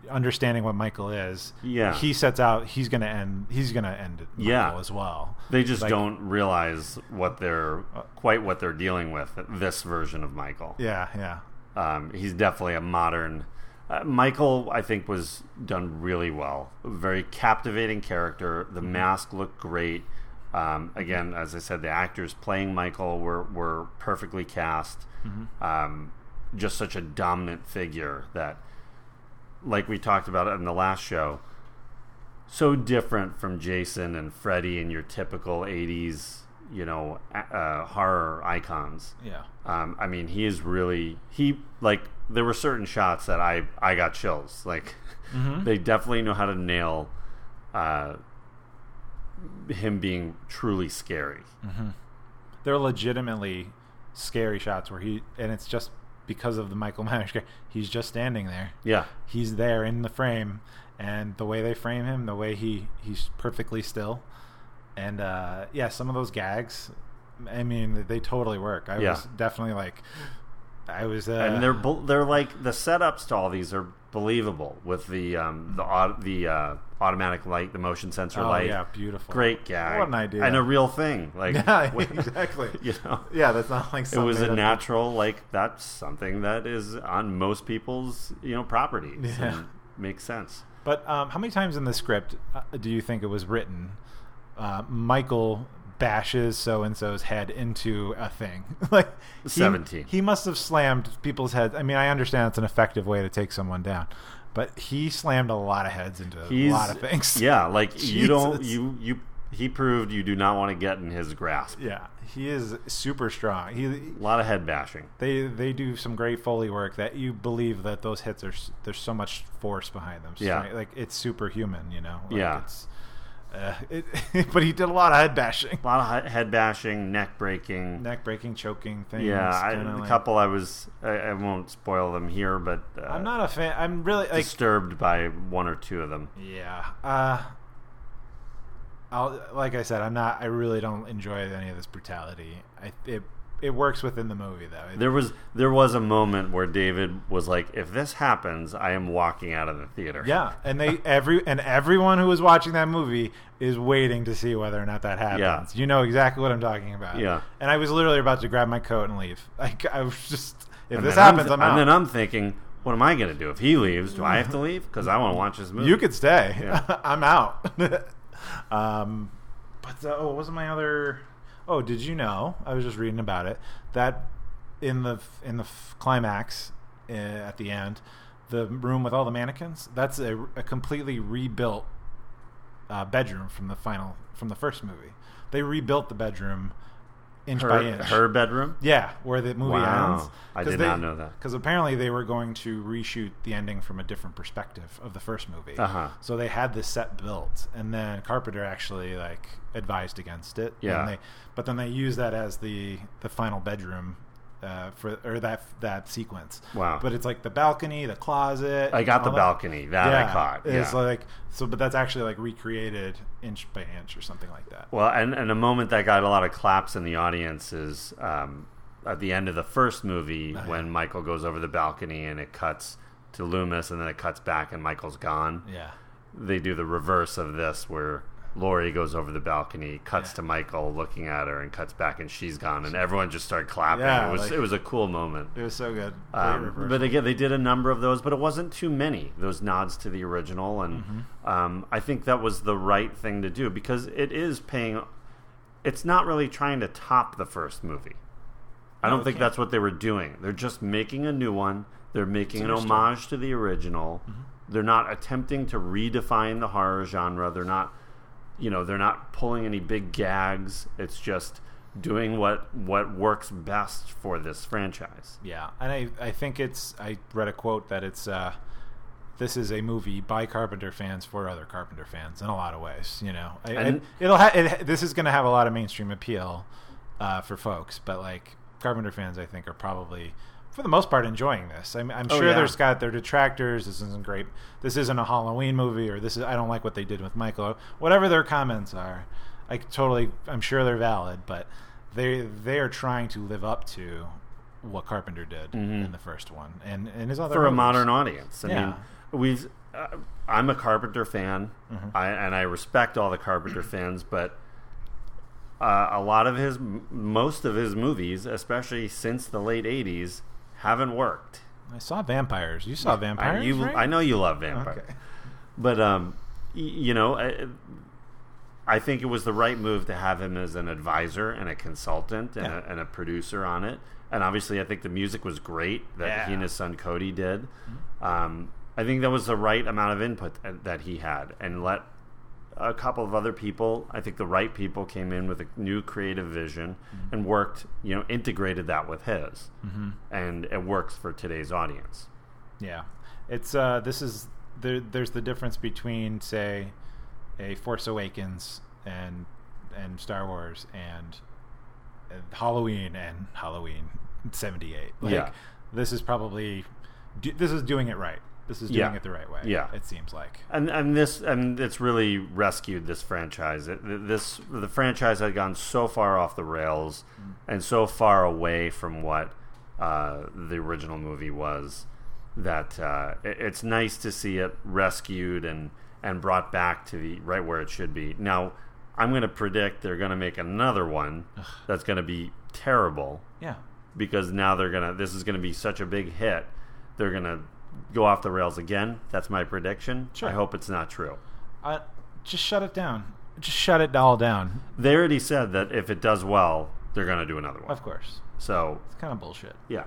Speaker 2: understanding what Michael is.
Speaker 1: Yeah.
Speaker 2: he sets out. He's going to end. He's going to end. Michael
Speaker 1: Yeah.
Speaker 2: as well.
Speaker 1: They just
Speaker 2: Like-
Speaker 1: don't realize what they're quite what they're dealing with. This version of Michael,
Speaker 2: Yeah, yeah,
Speaker 1: um, he's definitely a modern. Uh, Michael, I think, was done really well. Very captivating character. The mask looked great. Um, again, as I said, the actors playing Michael were were perfectly cast. Um, just such a dominant figure that, like we talked about in the last show, so different from Jason and Freddy and your typical '80s, you know, a- uh, horror icons.
Speaker 2: yeah.
Speaker 1: Um, I mean, he is really he like there were certain shots that I I got chills. Like [laughs]
Speaker 2: Mm-hmm.
Speaker 1: they definitely know how to nail uh, him being truly scary.
Speaker 2: Mm. they're legitimately scary shots where he and it's just because of the Michael [laughs] Myers guy. He's just standing there.
Speaker 1: Yeah,
Speaker 2: He's there in the frame, and the way they frame him, the way he he's perfectly still, and uh, yeah, some of those gags. I mean, they totally work. I
Speaker 1: Yeah.
Speaker 2: was definitely like, I was. Uh,
Speaker 1: and they're bel- they're like the setups to all these are believable with the um, the au- the uh, automatic light, the motion sensor
Speaker 2: oh,
Speaker 1: light.
Speaker 2: yeah, beautiful,
Speaker 1: Great gag.
Speaker 2: What an idea.
Speaker 1: and a real thing. Like
Speaker 2: [laughs] Yeah, exactly.
Speaker 1: [laughs] You know.
Speaker 2: yeah, that's not like
Speaker 1: It was
Speaker 2: something
Speaker 1: a
Speaker 2: that-
Speaker 1: natural, like that's something that is on most people's, you know, properties.
Speaker 2: Yeah.
Speaker 1: and makes sense.
Speaker 2: But um, how many times in the script uh, do you think it was written? Uh, Michael bashes so and so's head into a thing. [laughs] like he-
Speaker 1: 17.
Speaker 2: He must have slammed people's heads. I mean, I understand it's an effective way to take someone down, but he slammed a lot of heads into a lot of things.
Speaker 1: [laughs] Yeah, like you don't
Speaker 2: Jesus.
Speaker 1: you you he proved you do not want to get in his grasp.
Speaker 2: [laughs] Yeah, he is super strong. He
Speaker 1: A lot of head bashing.
Speaker 2: they they do some great foley work that you believe that those hits are s- there's so much force behind them. So,
Speaker 1: Yeah.
Speaker 2: like, it's superhuman, you know. Like,
Speaker 1: Yeah.
Speaker 2: it's, uh, [laughs] it, but he did a lot of head bashing, [laughs]
Speaker 1: A lot of he- head bashing, neck breaking.
Speaker 2: neck breaking, choking things.
Speaker 1: yeah, I,
Speaker 2: kinda
Speaker 1: the
Speaker 2: like-
Speaker 1: couple I was. I, I won't spoil them here, but uh,
Speaker 2: I'm not a fan. I'm really like
Speaker 1: disturbed by one or two of them.
Speaker 2: yeah. Uh, I'll, like I said, I'm not. I really don't enjoy any of this brutality. I, it it works within the movie though. It-
Speaker 1: There was there was a moment where David was like, "If this happens, I am walking out of the theater."
Speaker 2: Yeah, and they every and everyone who was watching that movie is waiting to see whether or not that happens. You know exactly what I'm talking about.
Speaker 1: Yeah.
Speaker 2: and I was literally about to grab my coat and leave. Like I was just, if
Speaker 1: And
Speaker 2: this
Speaker 1: then I'm-
Speaker 2: happens, I'm,
Speaker 1: and then
Speaker 2: out.
Speaker 1: I'm thinking, what am I going to do if he leaves? Do I have to leave? Because I want to watch this movie.
Speaker 2: you could stay.
Speaker 1: Yeah.
Speaker 2: [laughs] I'm out. um, but uh, oh, what was my other? Oh, did you know? I was just reading about it. That in the in the f- climax uh, at the end, the room with all the mannequins. That's a, a completely rebuilt uh, bedroom from the final from the first movie. They rebuilt the bedroom inch by
Speaker 1: her,
Speaker 2: inch.
Speaker 1: her bedroom.
Speaker 2: Yeah, where the movie
Speaker 1: Wow.
Speaker 2: ends.
Speaker 1: I did not know that.
Speaker 2: Because apparently they were going to reshoot the ending from a different perspective of the first movie.
Speaker 1: Uh-huh.
Speaker 2: So they had this set built, and then Carpenter actually like advised against it.
Speaker 1: Yeah.
Speaker 2: And they, but then they used that as the the final bedroom. Uh, for or that that sequence.
Speaker 1: Wow.
Speaker 2: But it's like the balcony, the closet.
Speaker 1: I got
Speaker 2: all
Speaker 1: the
Speaker 2: that.
Speaker 1: balcony that I caught.
Speaker 2: It's
Speaker 1: Yeah.
Speaker 2: like so, but that's actually like recreated inch by inch or something like that.
Speaker 1: well, and and a moment that got a lot of claps in the audience is um, at the end of the first movie
Speaker 2: Oh,
Speaker 1: when Michael goes over the balcony and it cuts to Loomis and then it cuts back and Michael's gone.
Speaker 2: Yeah.
Speaker 1: They do the reverse of this where. Lori goes over the balcony, cuts
Speaker 2: Yeah.
Speaker 1: to Michael looking at her, and cuts back, and she's gone, and everyone just started clapping.
Speaker 2: Yeah,
Speaker 1: it was
Speaker 2: like-
Speaker 1: it was a cool moment.
Speaker 2: It was so good. Great
Speaker 1: Um,
Speaker 2: reversal.
Speaker 1: but again, they did a number of those, but it wasn't too many. Those nods to the original, and um, I think that was the right thing to do because it is paying. It's not really trying to top the first movie. I don't
Speaker 2: it
Speaker 1: think
Speaker 2: can't.
Speaker 1: that's what they were doing. They're just making a new one. They're making an
Speaker 2: understood.
Speaker 1: homage to the original. They're not attempting to redefine the horror genre. They're not, you know, they're not pulling any big gags. It's just doing what what works best for this franchise.
Speaker 2: Yeah, and I, I think it's I read a quote that it's uh, this is a movie by Carpenter fans for other Carpenter fans in a lot of ways. You know, I,
Speaker 1: And-
Speaker 2: I- it'll ha- it, this is going to have a lot of mainstream appeal uh, for folks, but like Carpenter fans, I think are probably for the most part enjoying this. I'm, I'm
Speaker 1: Oh,
Speaker 2: sure
Speaker 1: yeah.
Speaker 2: there's got their detractors. This isn't great. This isn't a Halloween movie, or this is I don't like what they did with Michael. Whatever their comments are, I totally I'm sure they're valid, but they they are trying to live up to what Carpenter did in the first one, and and his other
Speaker 1: Mm-hmm. for a
Speaker 2: movies.
Speaker 1: modern audience. I
Speaker 2: Yeah.
Speaker 1: mean, we've. Uh, I'm a Carpenter fan,
Speaker 2: Mm-hmm.
Speaker 1: I, and I respect all the Carpenter fans, but uh, a lot of his, m- most of his movies, especially since the late '80s, haven't worked.
Speaker 2: I saw vampires. You saw vampires,
Speaker 1: I, you,
Speaker 2: right?
Speaker 1: I know you love vampires,
Speaker 2: Okay.
Speaker 1: but um, y- you know, I, I think it was the right move to have him as an advisor and a consultant and, a, and a producer on it. And obviously, I think the music was great that he
Speaker 2: Yeah. Mm-hmm.
Speaker 1: and his son Cody did. Um, I think that was the right amount of input that, that he had, and let a couple of other people. I think the right people came in with a new creative vision
Speaker 2: Mm-hmm.
Speaker 1: and worked. You know, integrated that with his, and it works for today's audience.
Speaker 2: Yeah, it's uh, this is there. There's the difference between say a Force Awakens and and Star Wars and, and Halloween and Halloween '78. Like,
Speaker 1: Yeah.
Speaker 2: this is probably do, this is doing it right. This is doing
Speaker 1: Yeah.
Speaker 2: it the right way.
Speaker 1: Yeah.
Speaker 2: it seems like.
Speaker 1: and and this and it's really rescued this franchise. It, th- this the franchise had gone so far off the rails and so far away from what uh, the original movie was that uh, it, it's nice to see it rescued and and brought back to the right where it should be. Now, I'm going to predict they're going to make another one that's going to be terrible
Speaker 2: Yeah,
Speaker 1: because now they're gonna this is gonna be such a big hit they're gonna go off the rails again that's my prediction
Speaker 2: Sure.
Speaker 1: i hope it's not true
Speaker 2: uh, just shut it down. Just shut it all down.
Speaker 1: they already said that if it does well they're gonna do another one
Speaker 2: Of course,
Speaker 1: so
Speaker 2: it's kind of bullshit.
Speaker 1: yeah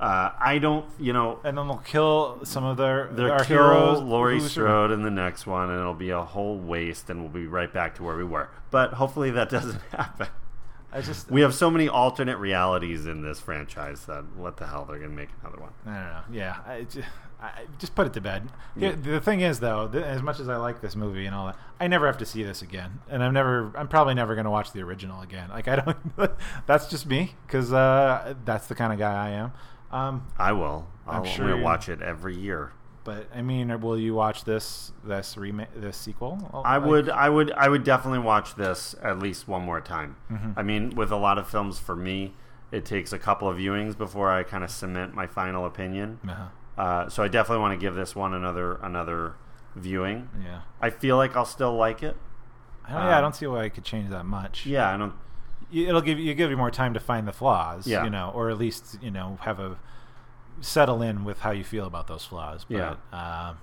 Speaker 1: Uh, I don't, you know,
Speaker 2: and then they'll kill some of their
Speaker 1: they're
Speaker 2: Uh, our
Speaker 1: kill
Speaker 2: heroes.
Speaker 1: Laurie
Speaker 2: who's-
Speaker 1: Strode in the next one, and it'll be a whole waste, and we'll be right back to where we were. But hopefully that doesn't [laughs] happen.
Speaker 2: I just
Speaker 1: We have so many alternate realities in this franchise that what the hell they're gonna make another one?
Speaker 2: I don't know. Yeah,
Speaker 1: Mm.
Speaker 2: I just, I just put it to bed. The, the thing is, though, th- as much as I like this movie and all that, I never have to see this again, and I'm never, I'm probably never going to watch the original again. Like I don't. [laughs] that's just me because uh, that's the kind of guy I am. Um,
Speaker 1: I will.
Speaker 2: I'm
Speaker 1: I'll, I'm
Speaker 2: sure
Speaker 1: gonna
Speaker 2: you-
Speaker 1: watch it every year.
Speaker 2: but I mean, will you watch this this remake, this sequel?
Speaker 1: I
Speaker 2: Like-
Speaker 1: would, I would, I would definitely watch this at least one more time.
Speaker 2: Mm-hmm.
Speaker 1: I mean, with a lot of films, for me, it takes a couple of viewings before I kind of cement my final opinion.
Speaker 2: Uh-huh.
Speaker 1: Uh, so I definitely want to give this one another another viewing.
Speaker 2: Yeah.
Speaker 1: I feel like I'll still like it.
Speaker 2: I don't, yeah, I
Speaker 1: Um,
Speaker 2: don't see why I could change that much.
Speaker 1: Yeah, I don't.
Speaker 2: You- it'll give you give you more time to find the flaws,
Speaker 1: Yeah.
Speaker 2: you know, or at least you know have a settle in with how you feel about those flaws. But,
Speaker 1: Yeah.
Speaker 2: um,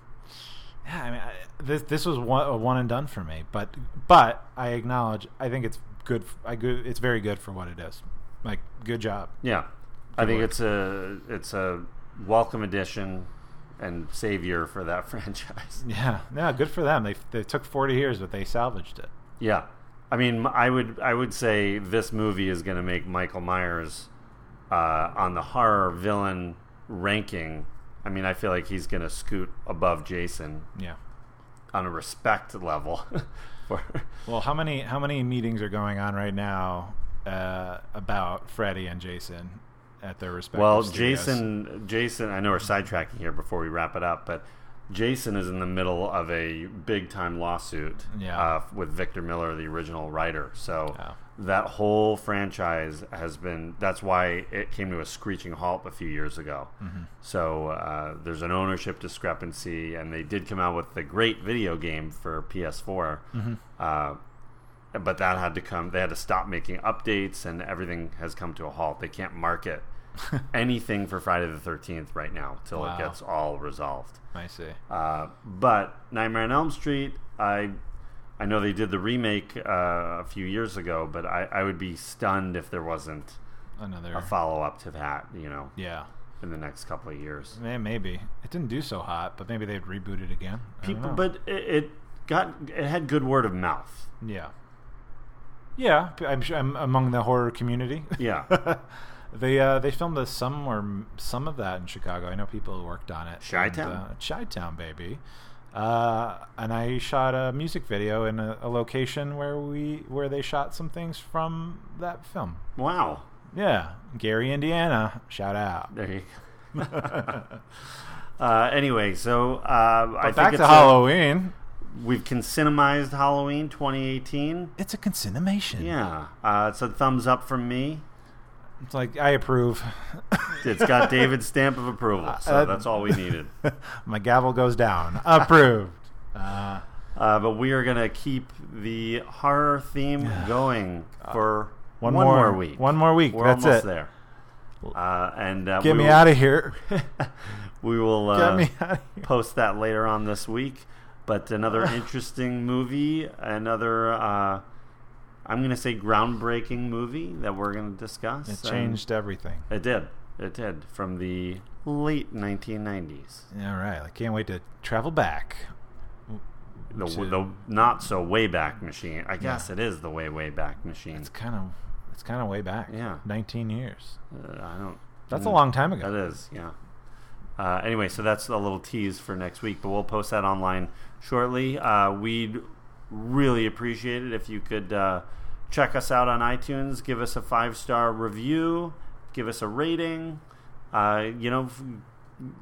Speaker 2: yeah. I mean, I, this this was one a one and done for me, but but I acknowledge I think it's good. f- I good. It's very good for what it is. Like, good job. [laughs]
Speaker 1: Yeah, I think
Speaker 2: work.
Speaker 1: it's a it's a welcome addition and savior for that [laughs] franchise.
Speaker 2: Yeah. No, good for them. They they took forty years, but they salvaged it.
Speaker 1: Yeah, I mean, I would I would say this movie is going to make Michael Myers uh, on the horror villain ranking. I mean, I feel like he's going to scoot above Jason
Speaker 2: Yeah.
Speaker 1: on a respect level. [laughs] for,
Speaker 2: Well, how many how many meetings are going on right now uh, about Freddy and Jason at their respective?
Speaker 1: well,
Speaker 2: studios?
Speaker 1: Jason, Jason, I know we're sidetracking here before we wrap it up, but Jason is in the middle of a big time lawsuit
Speaker 2: Yeah.
Speaker 1: uh, with Victor Miller, the original writer. So
Speaker 2: Yeah.
Speaker 1: that whole franchise has been. That's why it came to a screeching halt a few years ago.
Speaker 2: Mm-hmm.
Speaker 1: So uh, there's an ownership discrepancy, and they did come out with the great video game for PS4.
Speaker 2: Mm-hmm.
Speaker 1: Uh, but that had to come they had to stop making updates and everything has come to a halt they can't
Speaker 2: [laughs]
Speaker 1: market anything for friday the 13th right now till
Speaker 2: Wow.
Speaker 1: it gets all resolved
Speaker 2: I see.
Speaker 1: uh, but nightmare on elm street i i know they did the remake uh, a few years ago but i i would be stunned if there wasn't
Speaker 2: Another
Speaker 1: a follow-up to that you know
Speaker 2: yeah,
Speaker 1: in the next couple of years
Speaker 2: May- maybe it didn't do so hot, but maybe they'd reboot it again. I don't
Speaker 1: people
Speaker 2: know.
Speaker 1: but it, it got it had good word of mouth
Speaker 2: yeah, yeah, p- I'm sure I'm among the horror community. [laughs]
Speaker 1: yeah
Speaker 2: they uh, they filmed a, some or m- some of that in Chicago. I know people who worked on it.
Speaker 1: Chi-town?
Speaker 2: And, uh, Chi-town, baby. Uh, and I shot a music video in a, a location where we where they shot some things from that film.
Speaker 1: wow
Speaker 2: Yeah, Gary, Indiana. Shout out.
Speaker 1: There you go. [laughs] uh, anyway, so uh, I think
Speaker 2: Back
Speaker 1: it's
Speaker 2: to
Speaker 1: a-
Speaker 2: Halloween.
Speaker 1: we've cinemized Halloween 2018.
Speaker 2: It's a consummation.
Speaker 1: Yeah, uh, it's a thumbs up from me.
Speaker 2: It's like I approve. [laughs]
Speaker 1: It's got David's stamp of approval, so
Speaker 2: Uh,
Speaker 1: that's all we
Speaker 2: [laughs]
Speaker 1: needed.
Speaker 2: My gavel goes down. Approved. uh,
Speaker 1: [laughs] Uh, but we are gonna keep the horror
Speaker 2: [sighs]
Speaker 1: theme going for
Speaker 2: Uh, one,
Speaker 1: more,
Speaker 2: more,
Speaker 1: week.
Speaker 2: One more week.
Speaker 1: We're
Speaker 2: That's
Speaker 1: almost
Speaker 2: it.
Speaker 1: there. Uh, and uh,
Speaker 2: Get
Speaker 1: we
Speaker 2: me
Speaker 1: will,
Speaker 2: out of here. [laughs]
Speaker 1: We will.
Speaker 2: Get
Speaker 1: Uh,
Speaker 2: me out of here.
Speaker 1: post that later on this week. But
Speaker 2: [sighs]
Speaker 1: another interesting movie, another uh, I'm going to say groundbreaking movie that we're going to discuss.
Speaker 2: It
Speaker 1: And
Speaker 2: changed everything.
Speaker 1: It did. It did from the late 1990s.
Speaker 2: All right. I can't wait to travel back.
Speaker 1: The,
Speaker 2: To-
Speaker 1: the not so way back machine. I guess it is the way way back machine.
Speaker 2: It's kind of it's kind of way back.
Speaker 1: Yeah.
Speaker 2: 19 years.
Speaker 1: Uh, I don't.
Speaker 2: That's a long time
Speaker 1: That
Speaker 2: ago.
Speaker 1: is, yeah. Uh, anyway, so that's a little tease for next week, but we'll post that online shortly. Uh, we'd really appreciate it if you could uh, check us out on iTunes, give us a five star review, give us a rating. Uh, you know, f-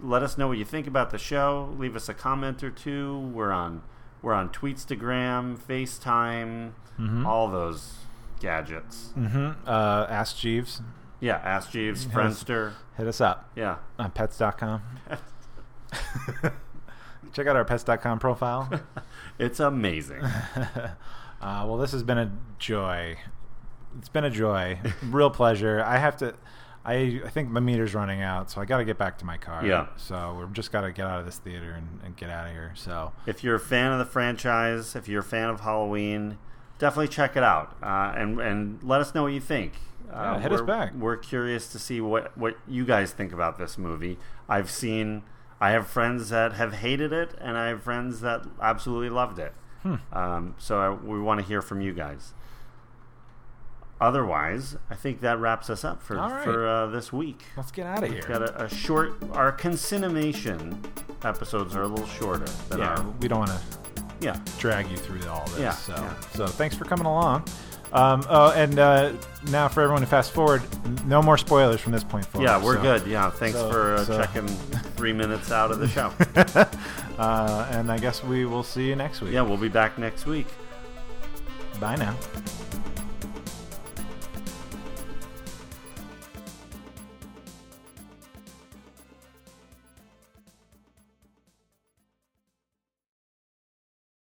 Speaker 1: let us know what you think about the show. Leave us a comment or two. We're on we're on Tweetstagram, FaceTime, all those gadgets.
Speaker 2: Mm-hmm. Uh, ask Jeeves.
Speaker 1: Yeah, Ask Jeeves, Friendster.
Speaker 2: Hit us up
Speaker 1: Yeah. [laughs]
Speaker 2: on pets.com. [laughs] Check out our
Speaker 1: [laughs]
Speaker 2: pets.com profile.
Speaker 1: It's amazing.
Speaker 2: [laughs] Uh, well, this has been a joy. It's been
Speaker 1: [laughs]
Speaker 2: a joy, real pleasure. I have to. I I think my meter's running out, so I got to get back to my car.
Speaker 1: Yeah.
Speaker 2: So we're just got to get out of this theater and, and get out of here. So
Speaker 1: if you're a fan of the franchise, if you're a fan of Halloween, definitely check it out uh, and and let us know what you think.
Speaker 2: Yeah, hit us
Speaker 1: we're-
Speaker 2: back.
Speaker 1: We're curious to see what what you guys think about this movie. I've seen. I have friends that have hated it, and I have friends that absolutely loved it.
Speaker 2: Hmm.
Speaker 1: Um, so I, we want to hear from you guys. Otherwise, I think that wraps us up for
Speaker 2: All right.
Speaker 1: for uh, this week.
Speaker 2: Let's get out of here.
Speaker 1: Got a, a short. Our consignation episodes are a little shorter than
Speaker 2: yeah,
Speaker 1: our.
Speaker 2: we don't want to
Speaker 1: Yeah.
Speaker 2: drag you through all this.
Speaker 1: Yeah,
Speaker 2: so,
Speaker 1: yeah.
Speaker 2: so thanks for coming along. Um, oh, and uh, now for everyone to fast forward, n- no more spoilers from this point forward.
Speaker 1: Yeah, we're
Speaker 2: so,
Speaker 1: good. Yeah, thanks
Speaker 2: so-
Speaker 1: for uh,
Speaker 2: so-
Speaker 1: checking three minutes out
Speaker 2: [laughs]
Speaker 1: of the show.
Speaker 2: Uh, and I guess we will see you next week.
Speaker 1: yeah, we'll be back next week.
Speaker 2: Bye now.